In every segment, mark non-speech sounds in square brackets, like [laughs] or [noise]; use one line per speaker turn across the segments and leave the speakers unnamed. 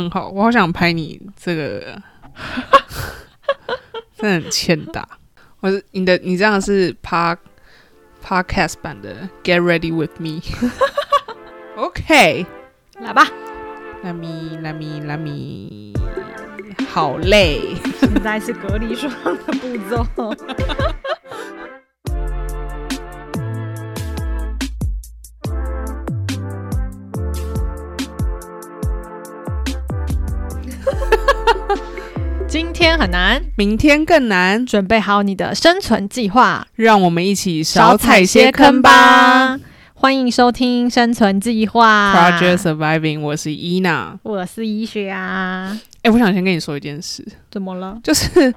很好，我好想拍你这个， [laughs] 真的很欠打。我是你的，你这样是 pod podcast 版的 Get Ready with Me。OK，
来吧，
拉米拉米拉米，好累。
现在是隔离霜的步骤。今天很难，
明天更难，
准备好你的生存计划，
让我们一起
少
少
踩
踩
些
些
坑
坑
吧
吧。。
欢迎收听《生存计划》
Project Surviving，我是伊娜。
我是医学啊。
哎、我想先跟你说一件事，
怎么了？
就是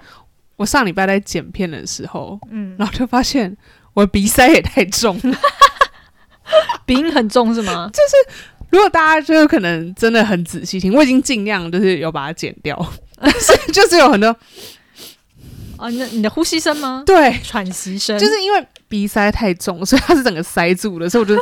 我上礼拜在剪片的时候，
嗯，
然后就发现我鼻塞也太重了。 [laughs]
啊鼻音很重是吗？
如果大家就是可能真的很仔细听，我已经尽量就是有把它剪掉， [laughs] 但是就是有很多
哦，你的你的呼吸声吗？
对，
喘息声，
就是因为鼻塞太重，所以它是整个塞住了，所以我觉得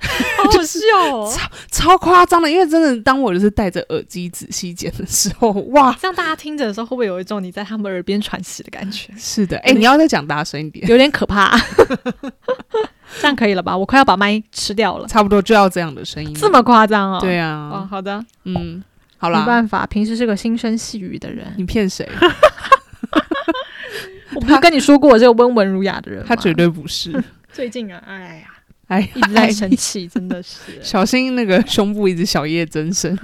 好好笑哦。
超夸张的。因为真的，当我就是戴着耳机仔细剪的时候，哇，
这样大家听着的时候，会不会有一种你在他们耳边喘息的感
[laughs]
觉？
是的，哎、
你
你要再讲大声一点，
有点可怕。这样可以了吧？我快要把麦吃
[laughs]
掉了，
差不多就要这样的声音了，
嗯这么夸张哦？
对
哦，
啊，
好的，
嗯，好
没
啦，
办法，平时是个心生细语的人。
你骗
[laughs]
谁？
我不是跟你说过我是个温文儒雅的人吗？
他绝对不是。
最近啊，哎
[laughs]
呀，
哎，
一直在生气，真的
[laughs]
是
小心那个胸部一直小叶增生。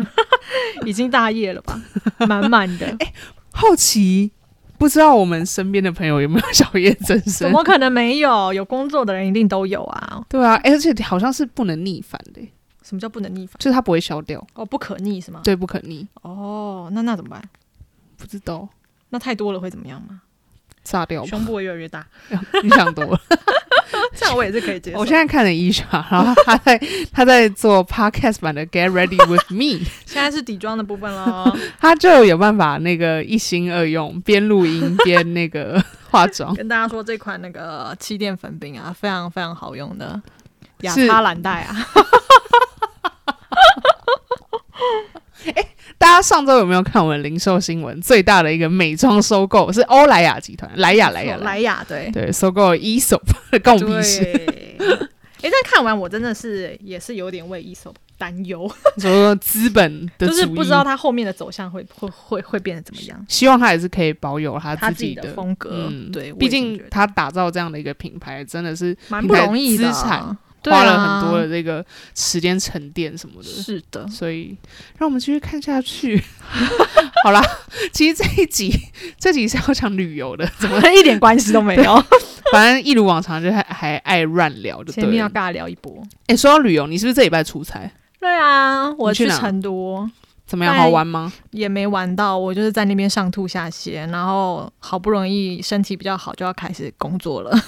已经大业
[laughs]
了吧，满满的，
哎好奇，不知道我们身边的朋友有没有小叶增
怎
生？
么可能没有？有工作的人一定都有啊。
对啊，哎而且好像是不能逆反的，
什么叫不能逆反？
就是它不会消掉，
哦，不可逆是吗？
对，不可逆。
哦，那那怎么办？
不知道
那太多了会怎么样吗？
炸掉吧？
胸部会越来越大， [laughs]
你想多 [laughs] 了。
这样我也是可以接受。
我现在看了伊莎，然后她在她在做 podcast 版的《Get Ready with [laughs] Me》，
现在是底妆的部分喽。
[laughs] 她就有办法那个一心二用，边录音边那个 [laughs] 化妆。
跟大家说，这款那个气垫粉饼啊，非常非常好用的雅
是
莎蓝黛啊，
大家上周有没有看我们零售新闻？最大的一个美妆收购是欧莱雅集团，莱雅莱雅
莱雅对
对，收购 e s o p [laughs] 干我屁事。
对。 [laughs] 哎、但看完我真的是也是有点为一手担忧，
你说资本的
就
主义，
是不知道它后面的走向会会会会变得怎么样，
希望他也是可以保有他
它
己
的风格，
嗯，
对，我
毕
也这么
竟
觉得
他打造这样的一个品牌，真的是
蛮不容易的啊，
资产
对啊
花了很多的这个时间沉淀什么的。
是
[laughs]
的，
所以，让我们继续看下去。 [laughs] 好啦，其实这一集 [laughs] 这集是要讲旅游的， [laughs]
怎么一点关系都没有？
反正一如往常，就还还爱乱聊，就
[laughs] 前面
对
要
了。
尬聊一波。
哎、说到旅游，你是不是这礼拜出差？
对啊，我
你去
去
哪
成都，
怎么样？
在
好玩吗？
也没玩到，我就是在那边上吐下泻，然后好不容易身体比较好，就要开始工作了，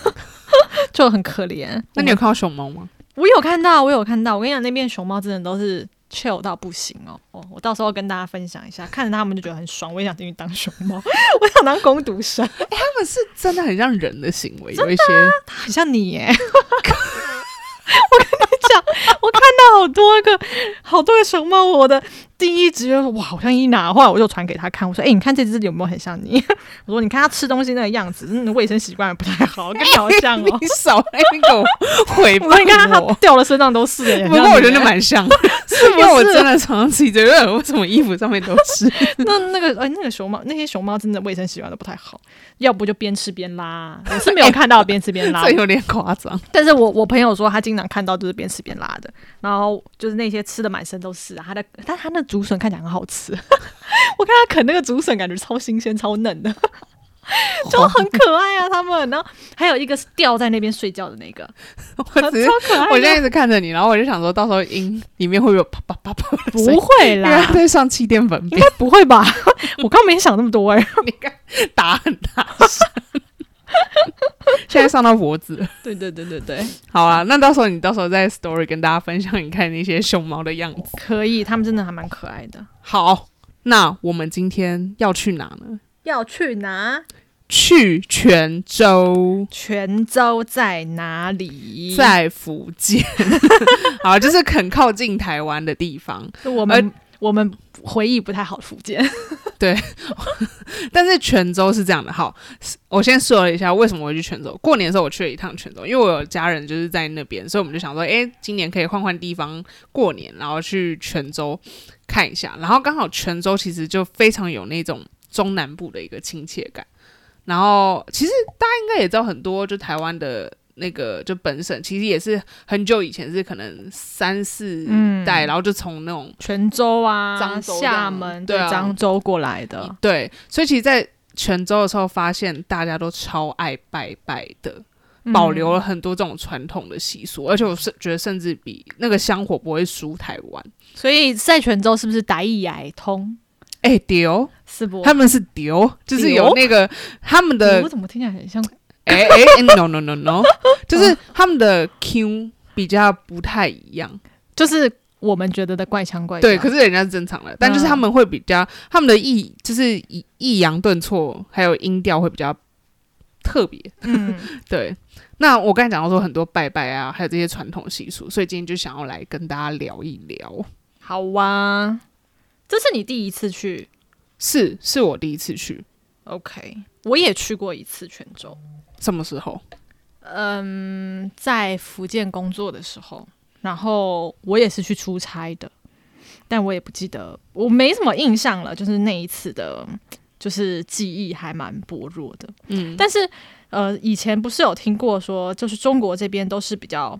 [laughs] 就很可怜。
那你有看到熊猫吗？
我我有看到，我有看到，我跟你讲，那边熊猫真的都是 chill 到不行哦。哦，我到时候跟大家分享一下，看着他们就觉得很爽，我也想进去当熊猫， [laughs] 我想当工读生，
他们是真的很像人的啊行为，有一些
很像你耶。 [laughs] 我跟你讲，我看到好多个好多个熊猫，我的第一直觉得哇，好像伊娜。后来我就传给他看，我说：“哎、你看这只有没有很像你？” [laughs] 我说：“你看它吃东西那个样子，嗯，卫生习惯不太好， [laughs] 跟你好像哦。
你少在那边给我回
我说：“
报
你看它
我。
掉了身上都是 [laughs] 耶。”
不过我觉得蛮像，是因
不
为我
[laughs] 是
真的常常自己觉得为什么衣服上面都是
那那个哎、那个熊猫，那些熊猫真的卫生习惯都不太好，要不就边吃边拉。我是没有看到边吃边拉， [laughs]
这有点夸张。
但是我我朋友说他经常看到就是边吃边拉的，然后就是那些吃的满身都是、啊，他的但他那竹笋看起来很好吃， [laughs] 我看他啃那个竹笋感觉超新鲜超嫩的， [laughs] 就很可爱啊他们。然后还有一个是吊在那边睡觉的那个，
我只是
超可爱的。
我现在一直看着你，然后我就想说到时候音里面会不会有啪啪啪啪的声音
不会
因为他
啦，
在上气垫粉饼
[laughs] 应，该不会吧？我刚没想那么多哎、
你看打很大声，现在上到脖子了。
对对对对对。
好啊，那到时候你到时候在 story 跟大家分享你看那些熊猫的样子。
可以，他们真的还蛮可爱的。
好，那我们今天要去哪呢？
要去哪？
去泉州，
泉州在哪里？
[laughs] 在福建，好，就是很靠近台湾的地方。
我
呃
们我们回忆不太好的福建。
但是泉州是这样的，好，我先说了一下为什么我会去泉州。过年的时候我去了一趟泉州，因为我有家人就是在那边，所以我们就想说，诶，今年可以换换地方过年，然后去泉州看一下。然后刚好泉州其实就非常有那种中南部的一个亲切感。然后其实大家应该也知道，很多就台湾的那个就本省，其实也是很久以前是可能三四代，然后就从那种
泉州啊，
漳州这样
厦门
对啊嗯
漳州过来的，
对，所以其实，在泉州的时候，发现大家都超爱拜拜的，
嗯
保留了很多这种传统的习俗，而且我是觉得，甚至比那个香火不会输台湾。
所以在泉州是不是打一矮通？
哎、丢，
是不？
他们是丢，就是有
丢
那个他们
嗯
的
我怎么听起来很像？
哎哎哎，no no no no，就是他们的 Q 比较不太一样。
就是我们觉得的怪腔怪调。
对，可是人家是正常的，但就是他们会比较，他们的抑就是抑抑扬顿挫，还有音调会比较特别。
嗯，
[laughs] 对，那我刚才讲到说很多拜拜啊，还有这些传统习俗，所以今天就想要来跟大家聊一聊。
好哇、啊，这是你第一次去
是，是我第一次去，
？OK，我也去过一次泉州，
什么时候？
嗯，在福建工作的时候，然后我也是去出差的，但我也不记得，我没什么印象了，就是那一次的，就是记忆还蛮薄弱的。
嗯，
但是呃，以前不是有听过说，就是中国这边都是比较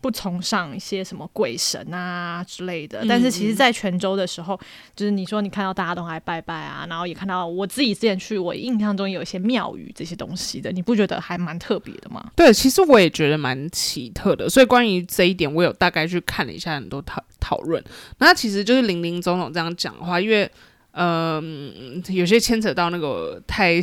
不崇尚一些什么鬼神啊之类的。
嗯
但是其实，在泉州的时候，就是你说你看到大家都还拜拜啊，然后也看到我自己之前去，我印象中有一些庙宇这些东西的，你不觉得还蛮特别的吗？
对，其实我也觉得蛮奇特的，所以关于这一点，我有大概去看了一下很多讨讨论。那其实就是林林总总这样讲的话，因为。呃嗯，有些牵扯到那个太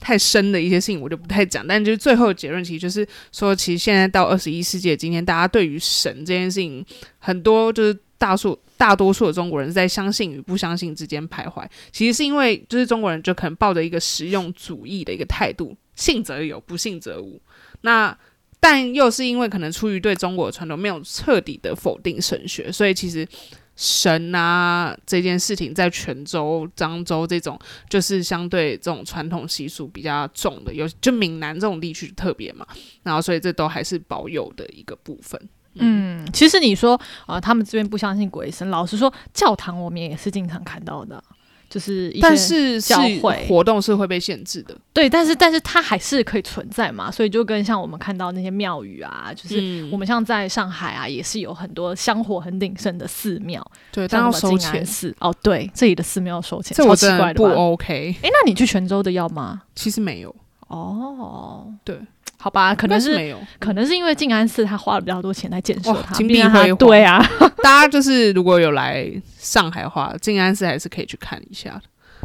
太深的一些事情，我就不太讲。但就是最后的结论，其实就是说，其实现在到二十一世纪的今天，大家对于神这件事情，很多就是大数大多数的中国人是在相信与不相信之间徘徊。其实是因为就是中国人就可能抱着一个实用主义的一个态度，信则有，不信则无。那但又是因为可能出于对中国的传统没有彻底的否定神学，所以其实神啊这件事情在泉州、漳州这种就是相对这种传统习俗比较重的，有就闽南这种地区特别嘛，然后所以这都还是保有的一个部分。
嗯，其实你说啊、呃他们这边不相信鬼神，老实说，教堂我们也是经常看到的，就是一些
但是是
教会
活动是会被限制的，
对，但是但是它还是可以存在嘛，所以就跟像我们看到那些庙宇啊，就是
嗯
我们像在上海啊，也是有很多香火很鼎盛的寺庙，
对，但
像
要
什么
收
静安
钱，
寺哦，对，这里的寺庙要收钱，
这
超
我
奇
真的
怪的
不哦
吧？
OK。
哎，那你去泉州的要吗？
其实没有，
哦，
对，
好吧，可能
应该
是
没有，
可能是因为静安寺他花了比较多钱来建设
哇
它，
金
毕
碧
竟它
辉煌 [laughs]
对啊， [laughs]
大家就是如果有来上海的话，静安寺还是可以去看一下的。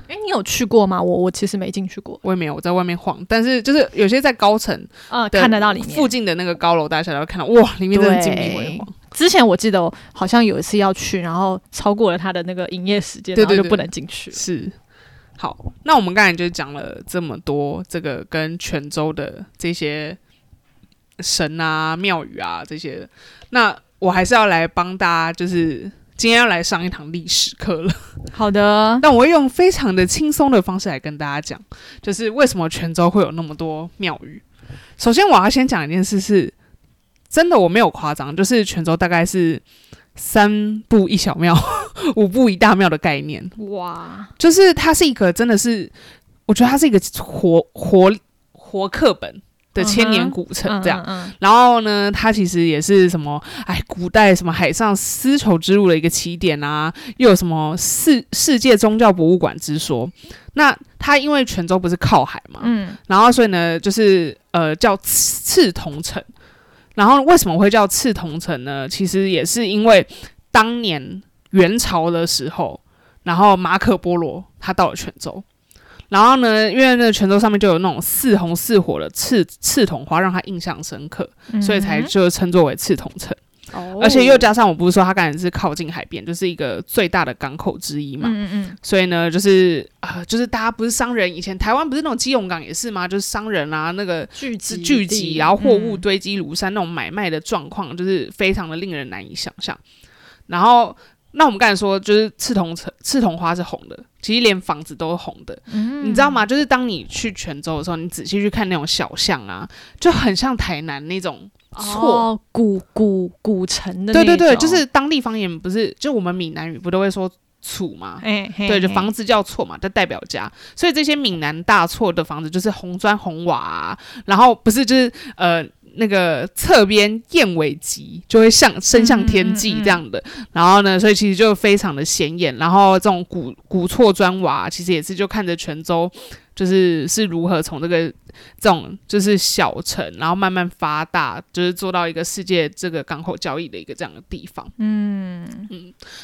哎，你有去过吗？我我其实没进去过，
我也没有，我在外面晃，但是就是有些在高层
啊，
的
看得到里面
附。近的那个高楼大厦，都会看到哇，里面真的金碧辉煌。
之前我记得我好像有一次要去，然后超过了他的那个营业时间，
对
然后
对
就
对
不能进去了。
是，好，那我们刚才就讲了这么多，这个跟泉州的这些神啊、庙宇啊这些，那我还是要来帮大家，就是今天要来上一堂历史课了。
好的，
那我会用非常的轻松的方式来跟大家讲，就是为什么泉州会有那么多庙宇。首先，我要先讲一件事是，真的我没有夸张，就是泉州大概是三步一小庙， [laughs] 五步一大庙的概念，
哇，
就是它是一个真的是，我觉得它是一个活活活课本的千年古城这样。
嗯，
然后呢，它其实也是什么，哎，古代什么海上丝绸之路的一个起点啊，又有什么世世界宗教博物馆之说。那它因为泉州不是靠海嘛，
嗯，
然后所以呢，就是呃叫刺刺桐城。然后为什么会叫刺桐城呢？其实也是因为当年元朝的时候，然后马可波罗他到了泉州。然后呢，因为那个泉州上面就有那种似红似火的刺刺桐花，让他印象深刻，
嗯
所以才就称作为刺桐城。
哦
而且又加上我不是说它刚才是靠近海边，就是一个最大的港口之一嘛。
嗯嗯
所以呢，就是啊、呃就是大家不是商人，以前台湾不是那种基隆港也是吗？就是商人啊，那个
嗯，聚集
聚集，然后货物
嗯
堆积如山那种买卖的状况，就是非常的令人难以想象。然后那我们刚才说，就是刺桐城刺桐花是红的，其实连房子都是红的，你
嗯
知道吗？就是当你去泉州的时候，你仔细去看那种小巷啊，就很像台南那种错。
哦古古古城的那
对
种，
对对，就是当地方言不是，就我们闽南语不都会说“厝”吗？
哎，嘿
对，就
嘿
房子叫厝嘛，就代表家，所以这些闽南大厝的房子就是红砖红瓦、啊，然后不是就是呃那个侧边燕尾脊就会像升向天际这样的，然后呢，所以其实就非常的显眼，然后这种古古厝砖瓦其实也是就看着泉州。就是是如何从这个这种就是小城，然后慢慢发大，就是做到一个世界这个港口交易的一个这样的地方。嗯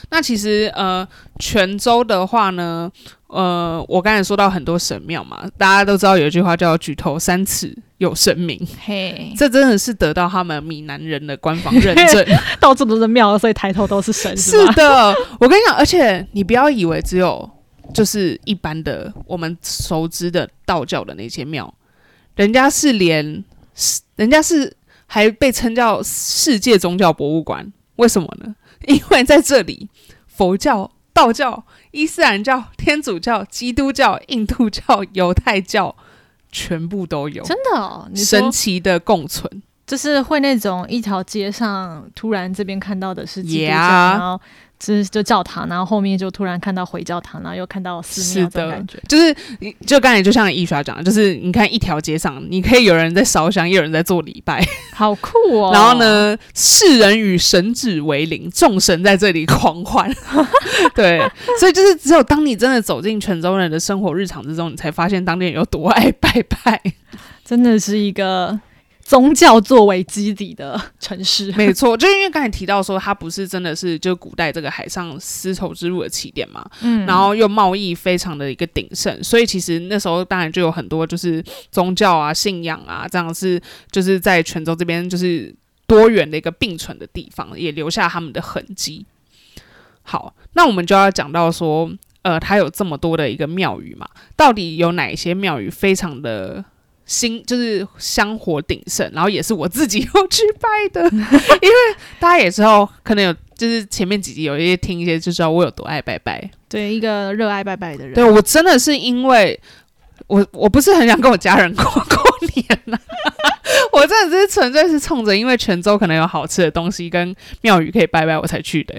那其实呃，泉州的话呢，呃，我刚才说到很多神庙嘛，大家都知道有一句话叫“举头三尺有神明”，
嘿，
这真的是得到他们闽南人的官方认证。
[laughs] 到处都是庙，所以抬头都是神，
是
吗？
的，我跟你讲，而且你不要以为只有就是一般的我们熟知的道教的那些庙，人家是连人家是还被称叫世界宗教博物馆，为什么呢？因为在这里佛教。道教、伊斯兰教、天主教、基督教、印度教、犹太教，全部都有，
真的哦，你
神
说
奇的共存。
就是会那种一条街上突然这边看到的是基督
Yeah
教然后这就教堂，然后后面就突然看到回教堂，然后又看到寺庙
是
这种
的
感觉，
就是你就刚才就像艺刷讲的，就是你看一条街上，你可以有人在烧香，也有人在做礼拜，
好酷哦。
然后？呢，世人与神指为邻，众神在这里狂 [laughs] 欢。对，所以就是只有当你真的走进泉州人的生活日常之中，你才发现当地人有多爱拜拜。
真的是一个宗教作为基底的城市。
没错，就是因为刚才提到说，它不是真的是就古代这个海上丝绸之路的起点嘛，
嗯
然后又贸易非常的一个鼎盛，所以其实那时候当然就有很多就是宗教啊、信仰啊，这样是就是在泉州这边就是多元的一个并存的地方，也留下他们的痕迹。好，那我们就要讲到说，呃，它有这么多的一个庙宇嘛，到底有哪一些庙宇非常的新，就是香火鼎盛，然后也是我自己要去拜的，因为大家也知道，可能有就是前面几集有一些听一些就知道我有多爱拜拜，
对一个热爱拜拜的人，
对我真的是因为我我不是很想跟我家人过过年了、 [laughs] 我真的是纯粹是冲着因为泉州可能有好吃的东西跟庙宇可以拜拜我才去的、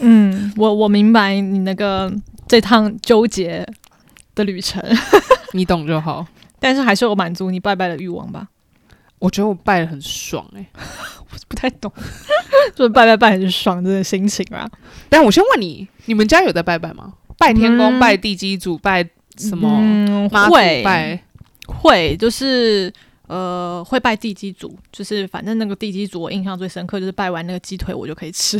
嗯，我我明白你那个这趟纠结的旅程， [laughs]
你懂就好。
但是还是有满足你拜拜的欲望吧。
我觉得我拜的很爽哎、
不太懂， [laughs] 就是拜拜拜很爽这个心情啊。
但我先问你，你们家有在拜拜吗？拜天公、
嗯
拜地基主、拜什么
嗯，
妈祖、
会
拜？
会就是呃会拜地基组，就是反正那个地基组我印象最深刻就是拜完那个鸡腿我就可以吃。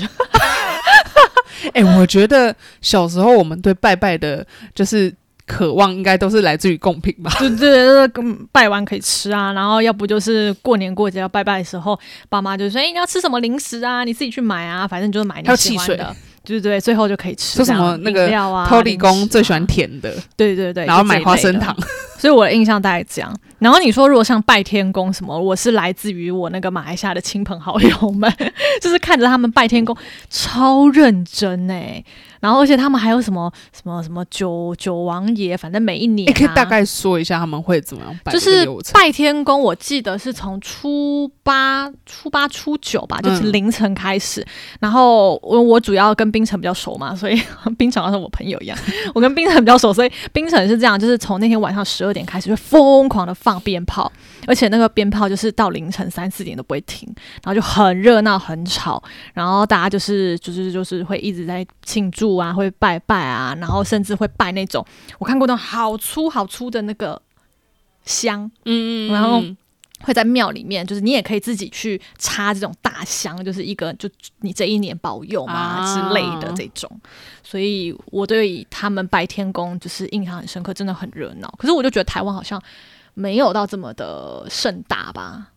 哎、我觉得小时候我们对拜拜的，就是渴望，应该都是来自于贡品
[laughs]
吧？
对对对，嗯拜完可以吃啊，然后要不就是过年过节要拜拜的时候，爸妈就说：“哎、你要吃什么零食啊？你自己去买啊，反正就是买
还有
你喜
汽
欢
水
的。”对对对，最后就可以吃。
说什
这样
么那个
饮料啊，
偷理
零食
工
啊
最喜欢甜的，
对对对，
然后
就这一
买花
类的
生糖。。
所以我的印象大概这样。然后你说如果像拜天公什么，我是来自于我那个马来西亚的亲朋好友们， [laughs] 就是看着他们拜天公超认真哎、然后而且他们还有什么什么什么九九王爷，反正每一
你
年、啊、
哎可以大概说一下他们会怎么样摆
就
这
是
个流程？
拜天公，我记得是从初八、初八、初九吧，就是
嗯
凌晨开始。然后我我主要跟冰城比较熟嘛， [laughs] 所以冰城好像我朋友一样， [laughs] 我跟冰城比较熟，所以冰城是这样，就是从那天晚上十二点开始，就疯狂的放鞭炮，而且那个鞭炮就是到凌晨三四点都不会停，然后就很热闹、很吵，然后大家就是就是就是会一直在庆祝啊，会拜拜啊，然后甚至会拜那种我看过那种好粗好粗的那个香。
嗯
然后会在庙里面，就是你也可以自己去插这种大香，就是一个就你这一年保佑嘛、
啊
之类的这种。所以我对他们白天宫就是印象很深刻，真的很热闹。可是我就觉得台湾好像没有到这么的盛大吧？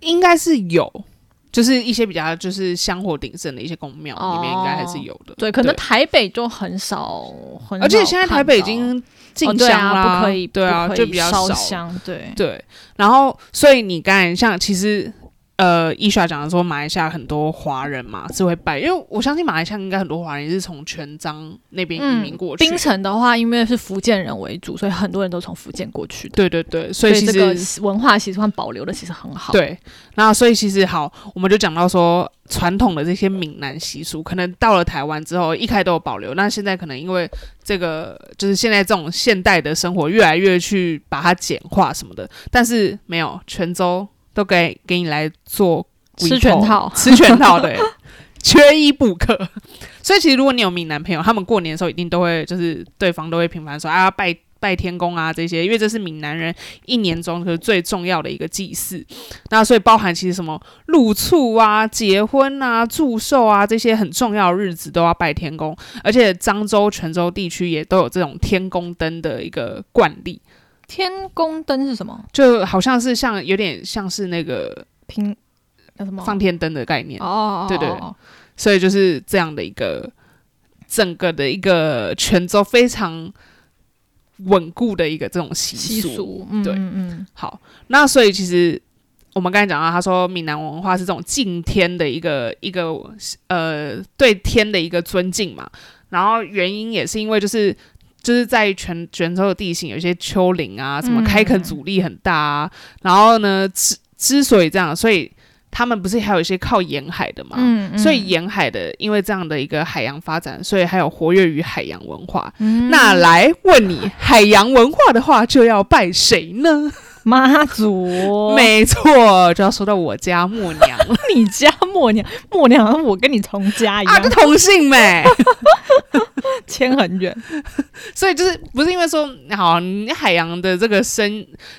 应该是有，就是一些比较就是香火鼎盛的一些宫庙里面，
哦
应该还是有的。
对，可能
对
台北就很少，很少
而且现在台北已经
看
进
到哦对
香
啊，
啦，
不可以，
对啊，
不可以
就比较
烧
少。
香，对，
对，然后所以你刚才像其实。呃，伊莎讲的说，马来西亚很多华人嘛是会拜，因为我相信马来西亚应该很多华人也是从全章那边移民过去。
槟嗯城的话，因为是福建人为主，所以很多人都从福建过去的，
对对对，所
所
以其
这
实
个文化习惯保留的其实很好。，
对，那所以其实好，我们就讲到说传统的这些闽南习俗，可能到了台湾之后，一开始都有保留，那现在可能因为这个就是现在这种现代的生活越来越去把它简化什么的，但是没有泉州都给给你来做
吃
repo，
全套
吃全套
[laughs]
的欸。缺一不可，所以其实如果你有闽南朋友，他们过年的时候一定都会，就是对方都会频繁说啊拜拜天公啊这些，因为这是闽南人一年中就是最重要的一个祭祀。那所以包含其实什么入厝啊、结婚啊、祝寿啊这些很重要的日子都要拜天公，而且漳州、泉州地区也都有这种天公灯的一个惯例，
天宫灯是什么？
就好像是像有点像是那个
平那什么？
放天灯的概念，
哦，
对对
哦哦哦
所以就是这样的一个整个的一个泉州非常稳固的一个这种习
习
俗。
俗，嗯
对
嗯嗯，
好，那所以其实我们刚才讲到，他说闽南文化是这种敬天的一个一个呃对天的一个尊敬嘛，然后原因也是因为就是。就是在泉泉州的地形，有一些丘陵啊，什么
嗯
开垦阻力很大啊。然后呢，之之所以这样，所以他们不是还有一些靠沿海的嘛，
嗯嗯
啊所以沿海的因为这样的一个海洋发展，所以还有活跃于海洋文化。
嗯
那来问你，海洋文化的话，就要拜谁呢？
妈祖，
[laughs] 没错，就要说到我家默娘了
你家默娘，默娘好像我跟你同家一
[laughs] 啊，
样
这，同性美，
牵很远，
[laughs] 所以就是不是因为说好，你海洋的这个生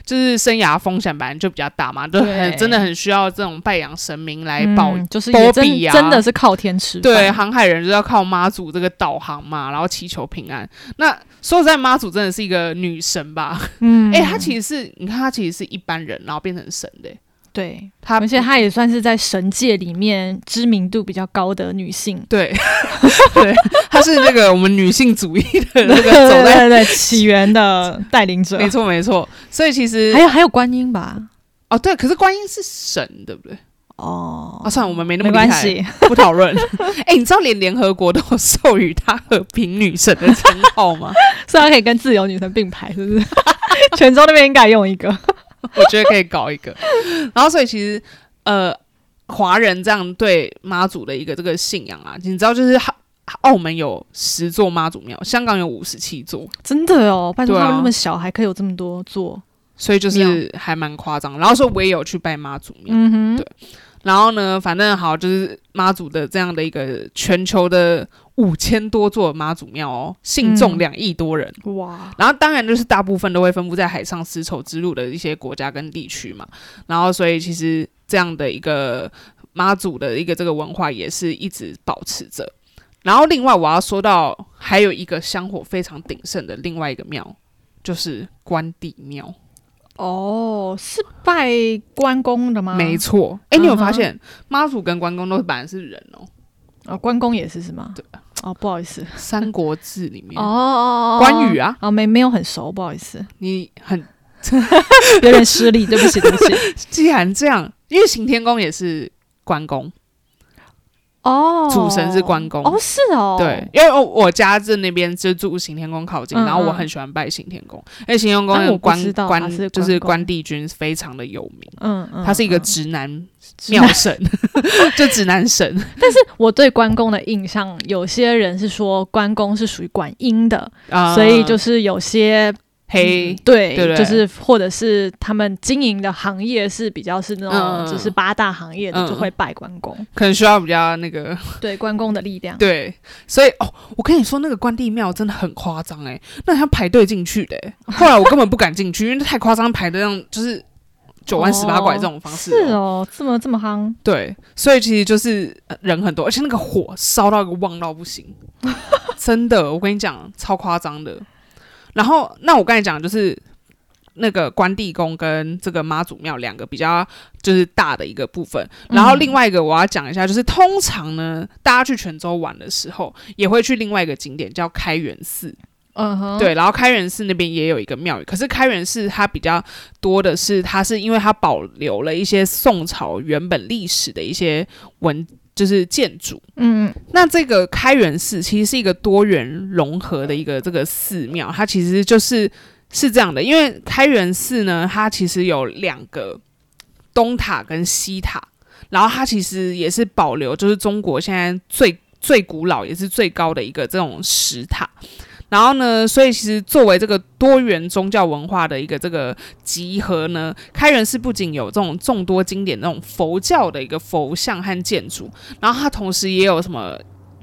就是生涯风险本来就比较大嘛，就很
对
真的很需要这种拜养神明来保。
嗯就是
保
也真
庇啊
真的是靠天吃饭，
对，航海人就是要靠妈祖这个导航嘛，然后祈求平安。那说实在，妈祖真的是一个女神吧？
嗯，
哎、她其实是，你看她其实是一般人，然后变成神的、
对。
她
而且她也算是在神界里面知名度比较高的女性，
对 [laughs] 对，她是那个我们女性主义的那
对
个 [laughs]
对
走在
对对起源的带领者，
没错没错，所以其实
还有还有观音吧？
哦对，可是观音是神，对不对？
哦
啊，，算了，我们没那么
没
厉害
关，系，
不讨论。 [laughs] 哎、你知道连联合国都有授予她和平女神的称号吗？ [laughs]
虽然可以跟自由女神并排，是不 [laughs] 是？泉州那边应该用一个，
我觉得可以搞一个。然后所以其实呃，华人这样对妈祖的一个这个信仰啊，你知道就是澳澳门有十座妈祖庙，香港有五十七座，
真的哦，拜托
对啊
他们那么小还可以有这么多座，
所以就是还蛮夸张。然后说我也有去拜妈祖庙，
嗯哼，
对然后呢，反正好就是妈祖的这样的一个全球的五千多座妈祖庙哦，信众
嗯
两亿多人。
哇，
然后当然就是大部分都会分布在海上丝绸之路的一些国家跟地区嘛。然后所以其实这样的一个妈祖的一个这个文化也是一直保持着。然后另外我要说到还有一个香火非常鼎盛的另外一个庙，就是关帝庙。
哦，是拜关公的吗？
没错，哎，你有发
嗯哼
现妈祖跟关公都是本来是人哦，
哦，关公也是是吗？
对，
哦，不好意思，
《三国志》里面
哦哦，哦
关羽，啊，
哦，没没有很熟，不好意思，
你很
[laughs] 有点失礼，对不起，对不起，
既然这样，因为行天宫也是关公，
[laughs] 哦，
主神是关公
哦，是哦，
对，，因为我我家这那边就住行天宫靠近，
嗯嗯
然后我很喜欢拜行天宫，因为行天宫
啊
那个
我不
关
知道他是
关
关
就是
公
关帝君非常的有名，
嗯嗯，
他是一个
嗯
直男
直
妙神， [laughs] 就直男神，
我对关公的印象，有些人是说关公是属于管阴的，
啊，
所以就是有些
黑
嗯。对，
对不对
就是或者是他们经营的行业是比较是那
嗯
种就是八大行业
嗯
的，就会拜关公，
可能需要比较那个。
对关公的力量
对，所以哦，我跟你说那个关帝庙真的很夸张哎，那他排队进去
[laughs]
的欸、后来我根本不敢进去，因为太夸张，排的让就是九弯十八拐这种方式、啊
是哦，这么这么夯，
对，所以其实就是呃人很多，而且那个火烧到一个旺到不行，真的，我跟你讲，超夸张的。然后，那我刚才讲就是那个关帝宫跟这个妈祖庙两个比较就是大的一个部分，然后
嗯
另外一个我要讲一下，就是通常呢，大家去泉州玩的时候，也会去另外一个景点叫开元寺。
嗯哼，
对，然后开元寺那边也有一个庙宇，可是开元寺它比较多的是，它是因为它保留了一些宋朝原本历史的一些文，就是建筑。
嗯，
那这个开元寺其实是一个多元融合的一个这个寺庙，它其实就是是这样的，因为开元寺呢，它其实有两个东塔跟西塔，然后它其实也是保留就是中国现在最最古老也是最高的一个这种石塔。然后呢，所以其实作为这个多元宗教文化的一个这个集合呢，开元寺不仅有这种众多经典那种佛教的一个佛像和建筑，然后它同时也有什么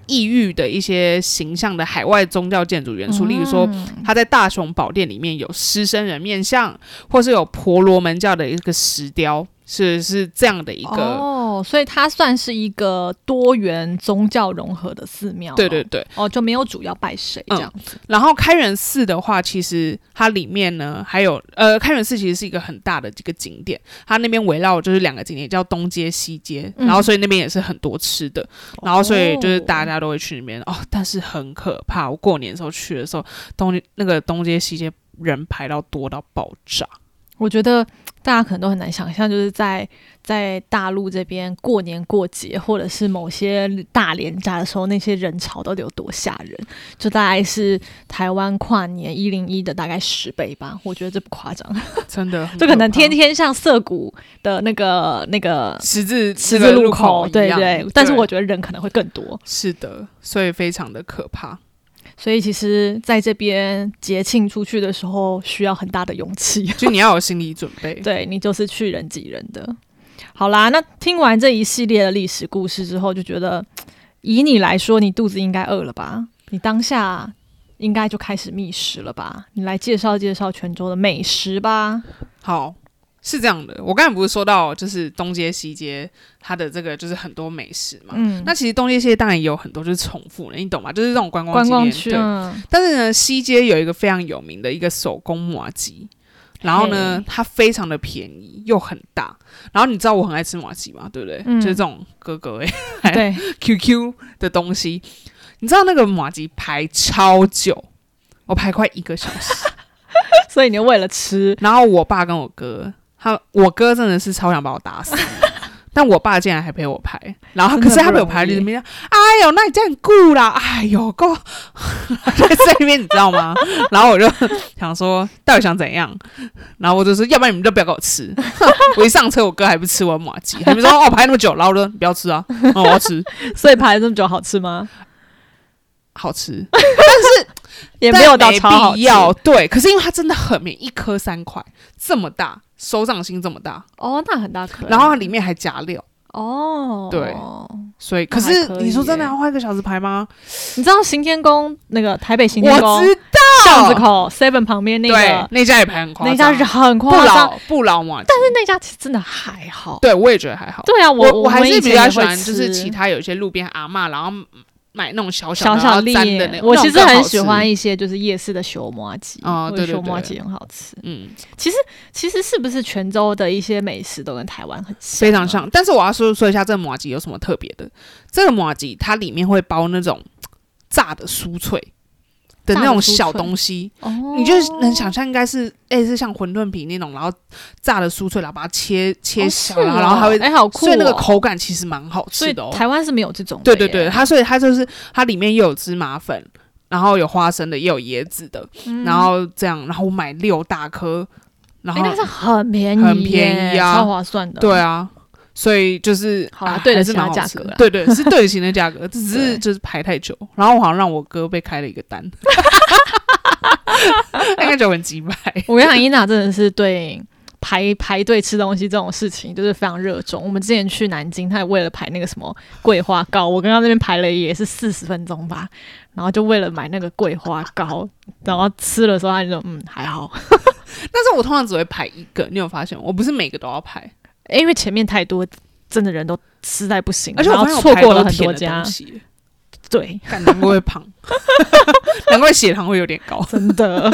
异域的一些形象的海外宗教建筑元素，例如说它在大雄宝殿里面有狮身人面像，或是有婆罗门教的一个石雕，是是这样的一个。
哦，所以它算是一个多元宗教融合的寺庙、
对嗯对，对，
哦，就没有主要拜谁这样子。
然后开元寺的话，其实它里面呢还有呃，开元寺其实是一个很大的这个景点，它那边围绕就是两个景点叫东街西街，
嗯
然后所以那边也是很多吃的，然后所以就是大
家
家都会去那边哦，但是很可怕。我过年的时候去的时候，东那个东街西街人排到多到爆炸，
我觉得大家可能都很难想象，就是在在大陆这边过年过节，或者是某些大连假的时候，那些人潮到底有多吓人？就大概是台湾跨年一零一的大概十倍吧，我觉得这不
[laughs]
夸张，
真的很
就可能
怕
天天像涩谷的那个那个
十字
十
那个
字路
口
口，对
一样
对，但是我觉得人可能会更多，
是的，所以非常的可怕。
所以其实在这边节庆出去的时候需要很大的勇气。
就你要有心理准备。
[laughs] 对你就是去人挤人的。好啦，那听完这一系列的历史故事之后，就觉得以你来说，你肚子应该饿了吧？你当下应该就开始觅食了吧？你来介绍介绍泉州的美食吧。
好，是这样的，我刚才不是说到就是东街西街，它的这个就是很多美食嘛。
嗯，
那其实东街西街当然也有很多就是重复的，你懂吗？就是这种观光
观光
景
区，
点
嗯
对，但是呢，西街有一个非常有名的一个手工麻鸡，然后呢
嘿，
它非常的便宜又很大。然后你知道我很爱吃麻鸡嘛，对不对？
嗯
就是这种哥哥哎、
对，
QQ 的东西，你知道那个麻鸡排超久，我排快一个小时。
[laughs] 所以你就为了吃，
然后我爸跟我哥，他我哥真的是超想把我打
[laughs]
死，但我爸竟然还陪我拍，然后
真
可
的
是他
不
陪我
容
拍就
易
怎么样？哎呦，那你这样顾啦，哎呦够， [laughs] 就在那边你知道吗？然后我就想说，到底想怎样？然后我就说，要不然你们就不要给我吃。 [laughs] 我一上车，我哥还不吃我的马鸡，他们说哦排那么久，然后我就说你不要吃啊，哦我要吃，
所以排了这么久，好吃吗？
好吃，
也
但
没有到
没
超好
必
吃
要对，可是因为它真的很便宜，一颗三块，这么大，手掌心这么大，
哦，那很大可能。
然后它里面还夹料。
哦，
对所以，
那
可
还
是
可
你
以
说真的
耶
要花一个小时排吗？
你知道行天宫那个台北行天
我
宫
知
巷
道
子，口 Seven 旁边那
对
个，
那家也排很夸
那
张，
家是很
不
夸张，
老不老嘛，但
但是那家其实真的还好。
对我也觉得还好。
对啊，
我
我
还
们以
是比
前
较
也
喜
会
欢就是
吃
其他有一些路边阿嬷，然后买那种小
小
的
小
然后
粒
沾的那
耶，
种，
我
那
其
种
实
更
很
好
喜
吃
欢一些就是夜市的熊麻鸡
哦
我觉
对
得
对
熊麻
对
鸡很好吃。
嗯，
其实其实是不是泉州的一些美食都跟台湾很像啊
非常？像。但是我要说说一下这个麻吉有什么特别的。这个麻吉它里面会包那种嗯炸的酥脆的那
炸的
种
酥
小
脆
东西，
哦，
你就能想象应该是类似像馄饨皮那种，然后炸的酥脆，然后把它切切
哦
小，啊
是
然后然后还
哦
会
哎好酷
所以那个
哦
口感其实蛮好
所以
吃的哦。
台湾是没有这种的
对
耶，
对对，它所以它就是它里面又有芝麻粉，然后有花生的，也有椰子的，
嗯
然后这样，然后我买六大颗，然
哎
后、
但是很便宜耶，
很便宜啊
超划算的。
对啊，所以就是
好啦
啊
对得
还是
起它
蛮好
价
吃
格
的
啦
对对是对得起那价
[laughs]
格，只
对
是就是排太久，然后我好像让我哥被开了一个单， [laughs] 那个就很鸡掰。 [laughs]
[laughs] 我跟伊娜真的是对排排队吃东西这种事情就是非常热衷。我们之前去南京，她也为了排那个什么桂花糕，我刚刚那边排了也是四十分钟吧，然后就为了买那个桂花糕，然后吃的时候她就说嗯还好，
但是我通常只会排一个，你有发现吗？我不是每个都要排，
诶因为前面太多。真的人都实在不行，
而且
然
我
后
发现我
错
排
过
都
了
是甜
很多
的东
家，
西，
对，
干难怪会胖， [laughs] 难怪血糖会有点高。
真 [laughs]
[laughs]
的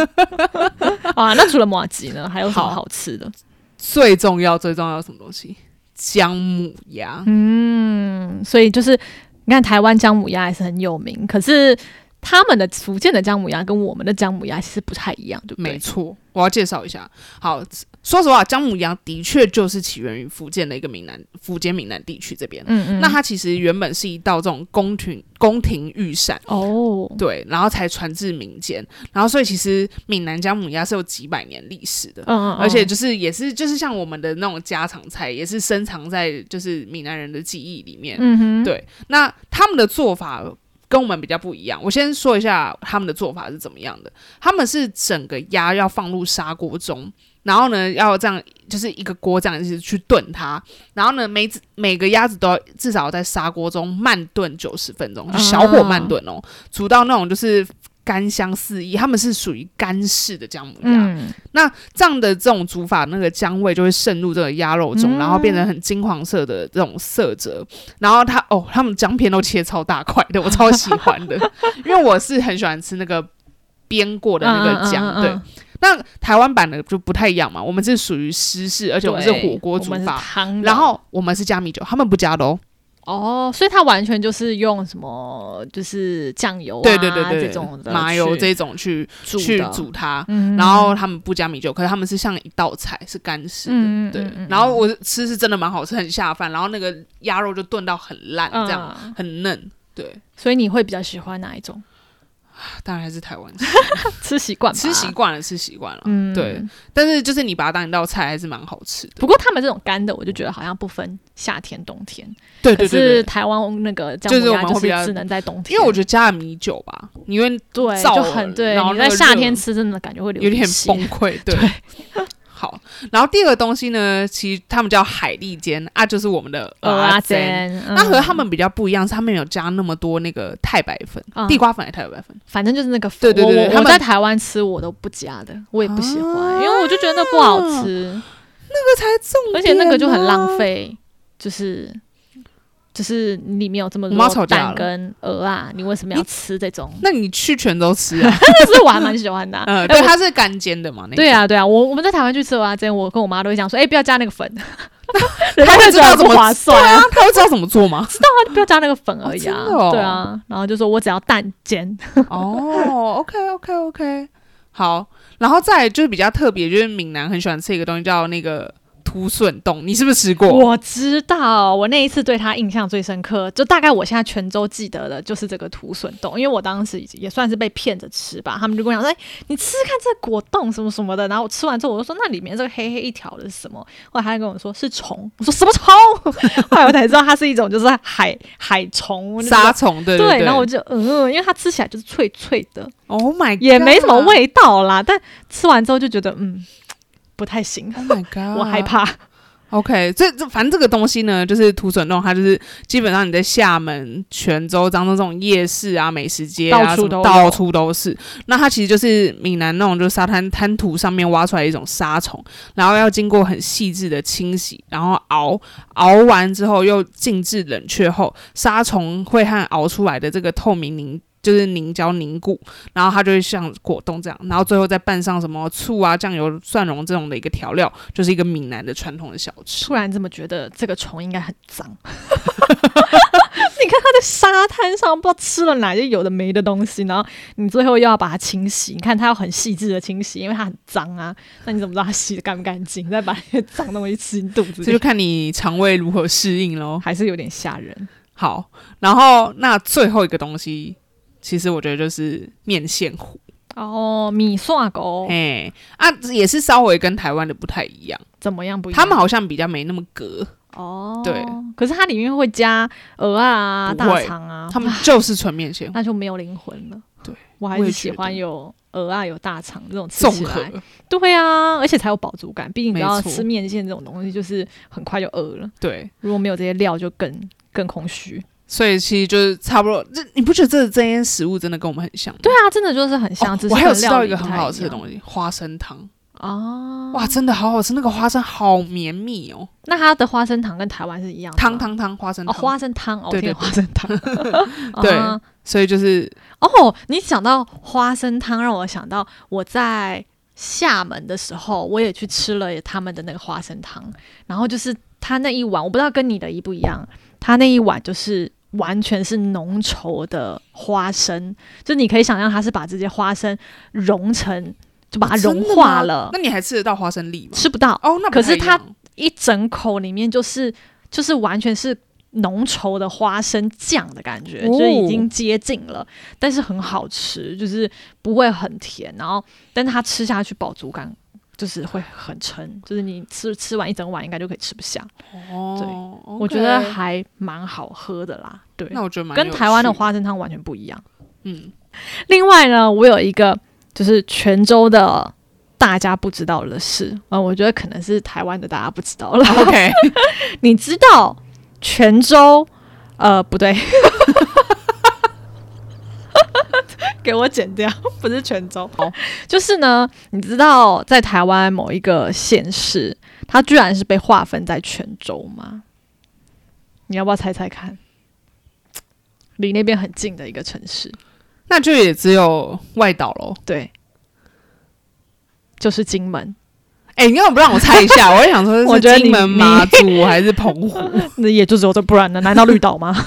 啊。那除了麻吉呢，还有什么
好
好吃的？
最重要最重要的什么东西？姜母鸭。
嗯，所以就是你看台湾姜母鸭还是很有名，可是他们的福建的姜母鸭跟我们的姜母鸭其实不太一样，对不对？
没错，我要介绍一下。好，说实话，姜母鸭的确就是起源于福建的一个闽南福建闽南地区这边。
嗯嗯。
那它其实原本是一道这种宫廷宫廷御膳，
哦，
对，然后才传至民间。然后所以其实闽南姜母鸭是有几百年历史的。
嗯嗯，
而且
嗯
就是也是就是像我们的那种家常菜，也是深藏在就是闽南人的记忆里面。
嗯哼，
对，那他们的做法跟我们比较不一样。我先说一下他们的做法是怎么样的。他们是整个鸭要放入砂锅中，然后呢要这样，就是一个锅这样一直去炖它。然后呢，每只每个鸭子都要至少要在砂锅中慢炖九十分钟，就小火慢炖哦，煮到那种就是。干香四溢，他们是属于干式的姜母鸭，
嗯，
那这样的这种煮法，那个姜味就会渗入这个鸭肉中，
嗯
然后变成很金黄色的这种色泽。然后它哦，他们姜片都切超大块的，我超喜欢
[laughs]
的，因为我是很喜欢吃那个煸过的那个姜。
嗯嗯嗯嗯
对，那台湾版的就不太一样嘛，我们是属于湿式，而且我们是
对
火锅煮
我们是
法，
汤的，
然后我们是加米酒，他们不加的哦。
哦，所以它完全就是用什么，就是酱油啊，
对对对对，
这种的
麻油
去
这种去
煮
去
的
煮它。
嗯
然后他们不加米酒，可是他们是像一道菜，是干式的，
嗯嗯
对
嗯。嗯
然后我吃是真的蛮好吃，很下饭。然后那个鸭肉就炖到很烂，这样、，
嗯
很嫩，对。
所以你会比较喜欢哪一种？
当然还是台湾吃，
吃习惯吧，
吃习惯了，吃习惯了。
嗯
对。但是就是你把它当一道菜，还是蛮好吃的。
不过他们这种干的，我就觉得好像不分夏天冬天，
对
可
对
是
对对，
台湾那个姜
就
母
是我
鸭
们会
就是
比较
只能在冬天，
因为我觉得加了米酒吧，因为
对
燥
就
了
很对，
然后
你
那
在
个
夏
热
天吃真的感觉会流
有点
血
崩
[laughs]
溃，对。好，然后第二个东西呢，其实他们叫海蛎煎啊，就是我们的
蚵
蚵仔
仔
煎。
煎，
那和
呃啊嗯
他们比较不一样，是他们有加那么多那个太白粉、
嗯
地瓜粉还是太白粉？
反正就是那个
对
粉，
对对
我我
他
我
们
在台湾吃我都不加的，我也不喜欢，
啊
因为我就觉得那不好吃，那个才重、而且那个就很浪费，就是就是里面有这么
我们要
多
吵架
蛋
了
跟鹅啊，你为什么要吃这种？ [laughs]
那你去泉州吃啊？
但是我还蛮喜欢的啊、
呃，
哎
对，
我
它是干煎的嘛？那个
对，啊，对啊，我我们在台湾去吃蚵仔煎，我跟我妈都会讲说，哎、不要加那个
[laughs]
粉，
他
人家
会
会
知
觉
道
得
怎
不
么
划算
啊， [laughs] 他会知道怎么做吗？
不要加那个粉而已啊，
哦真的哦
对啊，然后就说我只要蛋煎，
[laughs] 哦，OK OK OK，好，然后再来就是比较特别，就是闽南很喜欢吃一个东西叫那个土笋冻，你是不是吃过？
我知道，我那一次对他印象最深刻，就大概我现在泉州记得的就是这个土笋冻，因为我当时已经也算是被骗着吃吧。他们就跟我讲说：“哎、你吃吃看这个果冻什么什么的。”然后我吃完之后，我就说：“那里面这个黑黑一条的是什么？”后来他就跟我说是虫，我说什么虫？ [laughs] 后来我才知道它是一种就是海海虫，我就
杀
说
虫，对
对
对。
然后我就嗯，因为它吃起来就是脆脆的，
Oh my，God
也没什么。味道啦，但吃完之后就觉得嗯不太行，
Oh my god！
我害。怕。
[laughs] OK，这这反正这个东西呢，就是土笋冻，它就是基本上你在厦门、泉州、漳州这种夜市啊、美食街啊，
到
什
处
么
都有
到处都是。那它其实就是闽南那种，就是沙滩滩涂上面挖出来的一种沙虫，然后要经过很细致的清洗，然后熬熬完之后又静置冷却后，沙虫会和熬出来的这个透明凝。就是凝胶凝固，然后它就会像果冻这样，然后最后再拌上什么醋啊、酱油、蒜蓉这种的一个调料，就是一个闽南的传统的小吃。
[laughs] 突然这么觉得，这个虫应该很 [laughs] 脏。你看它在沙滩上不知道吃了哪些有的没的东西，然后你最后又要把它清洗，你看它要很细致的清洗，因为它很脏啊。那你怎么知道它洗的干不干净？再把那些 [laughs] 脏东西吃进肚子
这就
里，
看你肠胃如何适应喽。
还是有点吓人。
好，然后那最后一个东西，其实我觉得就是面线糊，
哦，米刷狗
哎、啊，也是稍微跟台湾的不太一样，
怎么样不一样？
他们好像比较没那么隔，
哦，
对，
可是它里面会加鹅啊、
不
大
会
肠啊，
他们就是纯面线糊
那就没有灵魂了。
对，
我还
我也
是
觉
喜
得
欢有鹅啊、有大肠这种 [laughs] 吃
综
起
合
来。，对啊，而且才有饱足感。毕竟你知道
没错
吃面线这种东西，就是很快就饿了。
对。
如果没有这些料，就更更空虚。
所以其实就是差不多，这你不觉得这这些食物真的跟我们很像吗？
对啊，真的就是很像。
哦
只是
我还有
跟
吃
料
到
理
一个哦
不
很
太
好
一
吃的
样
东西，花生汤，
啊！
哇，真的好好吃，那个花生好绵密哦，
那它的花生糖跟台湾是一样的吗
汤汤汤花生
哦，
汤，
花生汤哦，
对对
天
[laughs]
啊花生汤。
对
啊
所以就是
哦，你讲到花生汤，让我想到我在厦门的时候，我也去吃了他们的那个花生汤，然后就是他那一碗，我不知道跟你的一不一样，他那一碗就是完全是浓稠的花生，就你可以想象它是把这些花生融成，就
哦
把它融化了，
那你还吃得到花生粒吗？
吃不到，
哦，那不
可是
太一样
它一整口里面就是就是完全是浓稠的花生酱的感觉，
哦
就已经接近了，但是很好吃，就是不会很甜，然后但是它吃下去饱足感。就是会很撑，就是你吃吃完一整碗应该就可以吃不下
哦，
我觉得
OK
还蛮好喝的啦。对，
那我觉得蛮
跟
有
台湾的
趣，
花生汤完全不一样。
嗯，
另外呢，我有一个就是泉州的大家不知道的事，嗯，我觉得可能是台湾的大家不知道了。
哦
[laughs]
OK，
你知道泉州？呃，不对， [laughs] 给我剪掉，不是泉州。
好
就是呢，你知道在台湾某一个县市，它居然是被划分在泉州吗？你要不要猜猜看？离那边很近的一个城市，
那就也只有外岛喽。
对，就是金门。
哎、你干嘛不让我猜一
[laughs]
下？我也想说，
我觉得
金
你
门、
你
马祖还是澎湖？
那也就只有这，不然呢？难道绿岛吗？ [laughs]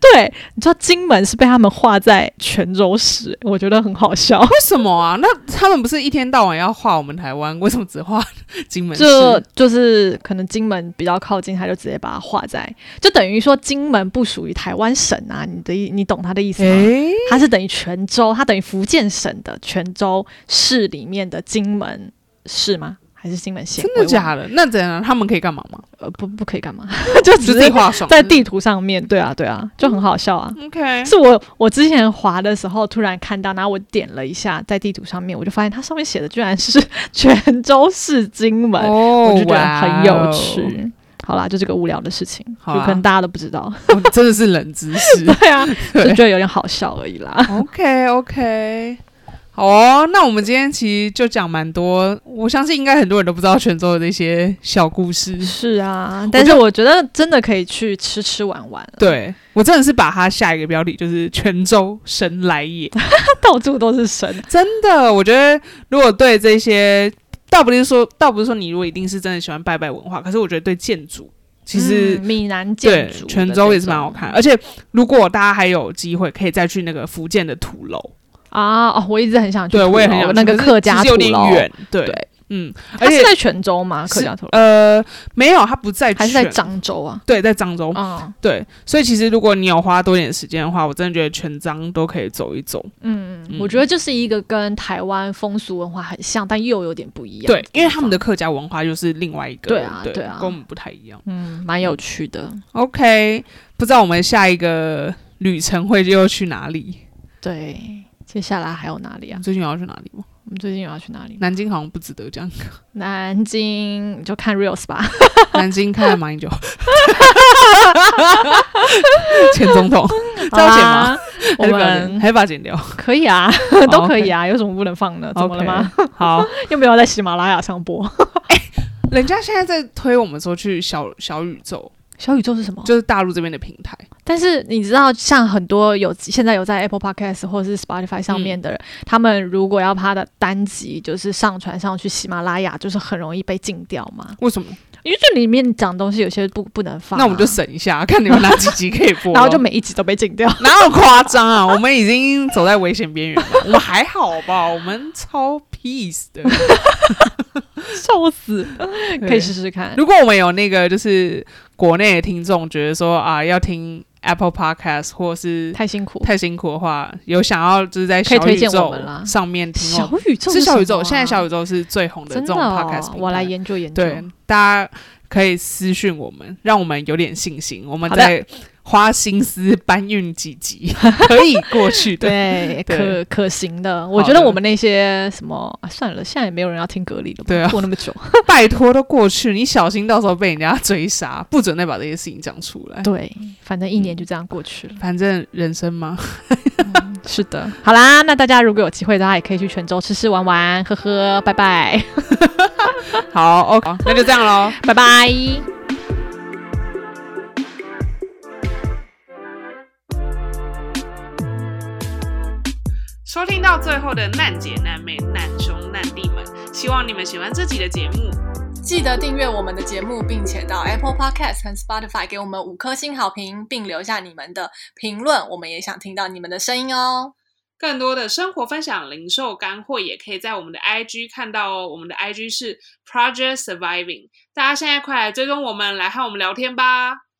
对，你知道金门是被他们划在泉州市，我觉得很好笑。
为什么啊？那他们不是一天到晚要画我们台湾，为什么只画金门市？
这就是可能金门比较靠近，他就直接把它划在，就等于说金门不属于台湾省啊。你的意，你懂他的意思
哎、
吗？它是等于泉州，它等于福建省的泉州市里面的金门市吗？还是金门县？
真的
的？
假的？那怎样？他们可以干嘛吗？
呃，不，不可以干嘛？就
[laughs]
只
只是
是
画爽，
在地图上面，对啊，对啊，就很好笑啊。
OK，
是我我之前滑的时候突然看到，然后我点了一下在地图上面，我就发现它上面写的居然是 [laughs] 泉州市金门，
哦
我就觉得很有。
哇哦
趣。好啦，就这个无聊的事情，
好
就
啊
可能大家都不
[laughs]
知道，
我哦真的是冷知 [laughs] 识。
对啊，就
对
觉得有点好笑而已啦。
OK OK，好哦。那我们今天其实就讲蛮多，我相信应该很多人都不知道泉州的一些小故事。
是啊，但是我觉得真的可以去吃吃玩玩，，
对我真的是把它下一个标题就是泉州神来也，
到处都是神，
[laughs] 真的，我觉得如果对这些，倒不是说，倒不是说你如果一定是真的喜欢拜拜文化，可是我觉得对建筑其实。
嗯闽南建
对
筑，
泉州也是蛮好看，而且如果大家还有机会，可以再去那个福建的土楼，哦
啊！哦，我一直很想去
对
土
我也很
楼
想去
那个
可是
客家
其实
土
有点
楼，
远，对
对
嗯，而
它
且
是在泉州吗？客
是
家土楼
呃没有，它不在哦
还是在
呃泉
漳州啊？
对，在漳州，
嗯，
对，所以其实如果你有花多点时间的话，我真的觉得全漳都可以走一走，
嗯，
嗯
我觉得就是一个跟台湾风俗文化很像，但又有点不一样。
对，因为他们的客家文化又是另外一个，
对啊
对
对啊
跟我们不太一样。
嗯，蛮有趣的。
OK，不知道我们下一个旅程会又去哪里？
对，接下来还有哪里啊
你？最近有要去哪里吗？
我们最近有要去哪里？
南京好像不值得这
[laughs]
样，
南京就看 reels 吧。
[laughs] 南京看马英
[laughs]
九，前总统，这要剪吗？
啊我
还是不要剪
们
还是把它剪掉。
可以
[laughs]
啊，都可以啊，有什么不能放的？怎么了
OK，
吗？
好，
[laughs] 又没有在喜马拉雅上播。
人家现在在推我们说去小小宇宙，
小宇宙是什么？
就是大陆这边的平台。
但是你知道，像很多有现在有在 Apple Podcast 或是
嗯
Spotify 上面的人，他们如果要把他的单集就是上传上去喜马拉雅，就是很容易被禁掉嘛。
为什么？
因为这里面讲的东西有些不不能放啊、
那我们就省一下， [laughs] 看你们哪几集可以播。
然后就每一集都被禁掉。
哪有夸张啊？我们已经走在危险边缘了，我们还好吧？我们超 peace 的。
笑
[laughs]
死！ [laughs] 可以试试看。
如果我们有那个就是国内的听众觉得说啊要听 Apple Podcast 或是
太辛苦。
太辛苦的话，有想要就是在小
可以推
宇
荐我
宙
们啦
上面听
小
哦，
宇宙
是小宇宙，
什么啊
现在小宇宙是最红的
真
这
的
种 podcast
哦
平台，
我来研究研究。
对大家可以私讯我们，让我们有点信心，我们
好的
再花心思搬运几
[laughs]
集可以过去的。
对，可
[laughs] 对
可行的。我
好
觉得
的
我们那些什么，啊算了，现在也没有人要听格力了吧，
对啊
过那么
[laughs]
久。
拜托都过去，你小心到时候被人家追杀，不准再把这些事情讲出来。
对，反正一年就这样过去了。
反正人生嘛，
[laughs] 是的，好啦，那大家如果有机会，大家也可以去泉州吃吃玩玩，喝喝，拜 [laughs] 拜，
好，OK，好那就这样喽。
拜拜。
收听到最后的难姐、难妹、难兄、难弟们，希望你们喜欢这集的节目。
记得订阅我们的节目，并且到 Apple Podcast 和 Spotify 给我们五颗星好评，并留下你们的评论。我们也想听到你们的声音哦。
更多的生活分享、零售干货，也可以在我们的 IG 看到哦。我们的 IG 是 Project Surviving，大家现在快来追踪我们，来和我们聊天吧。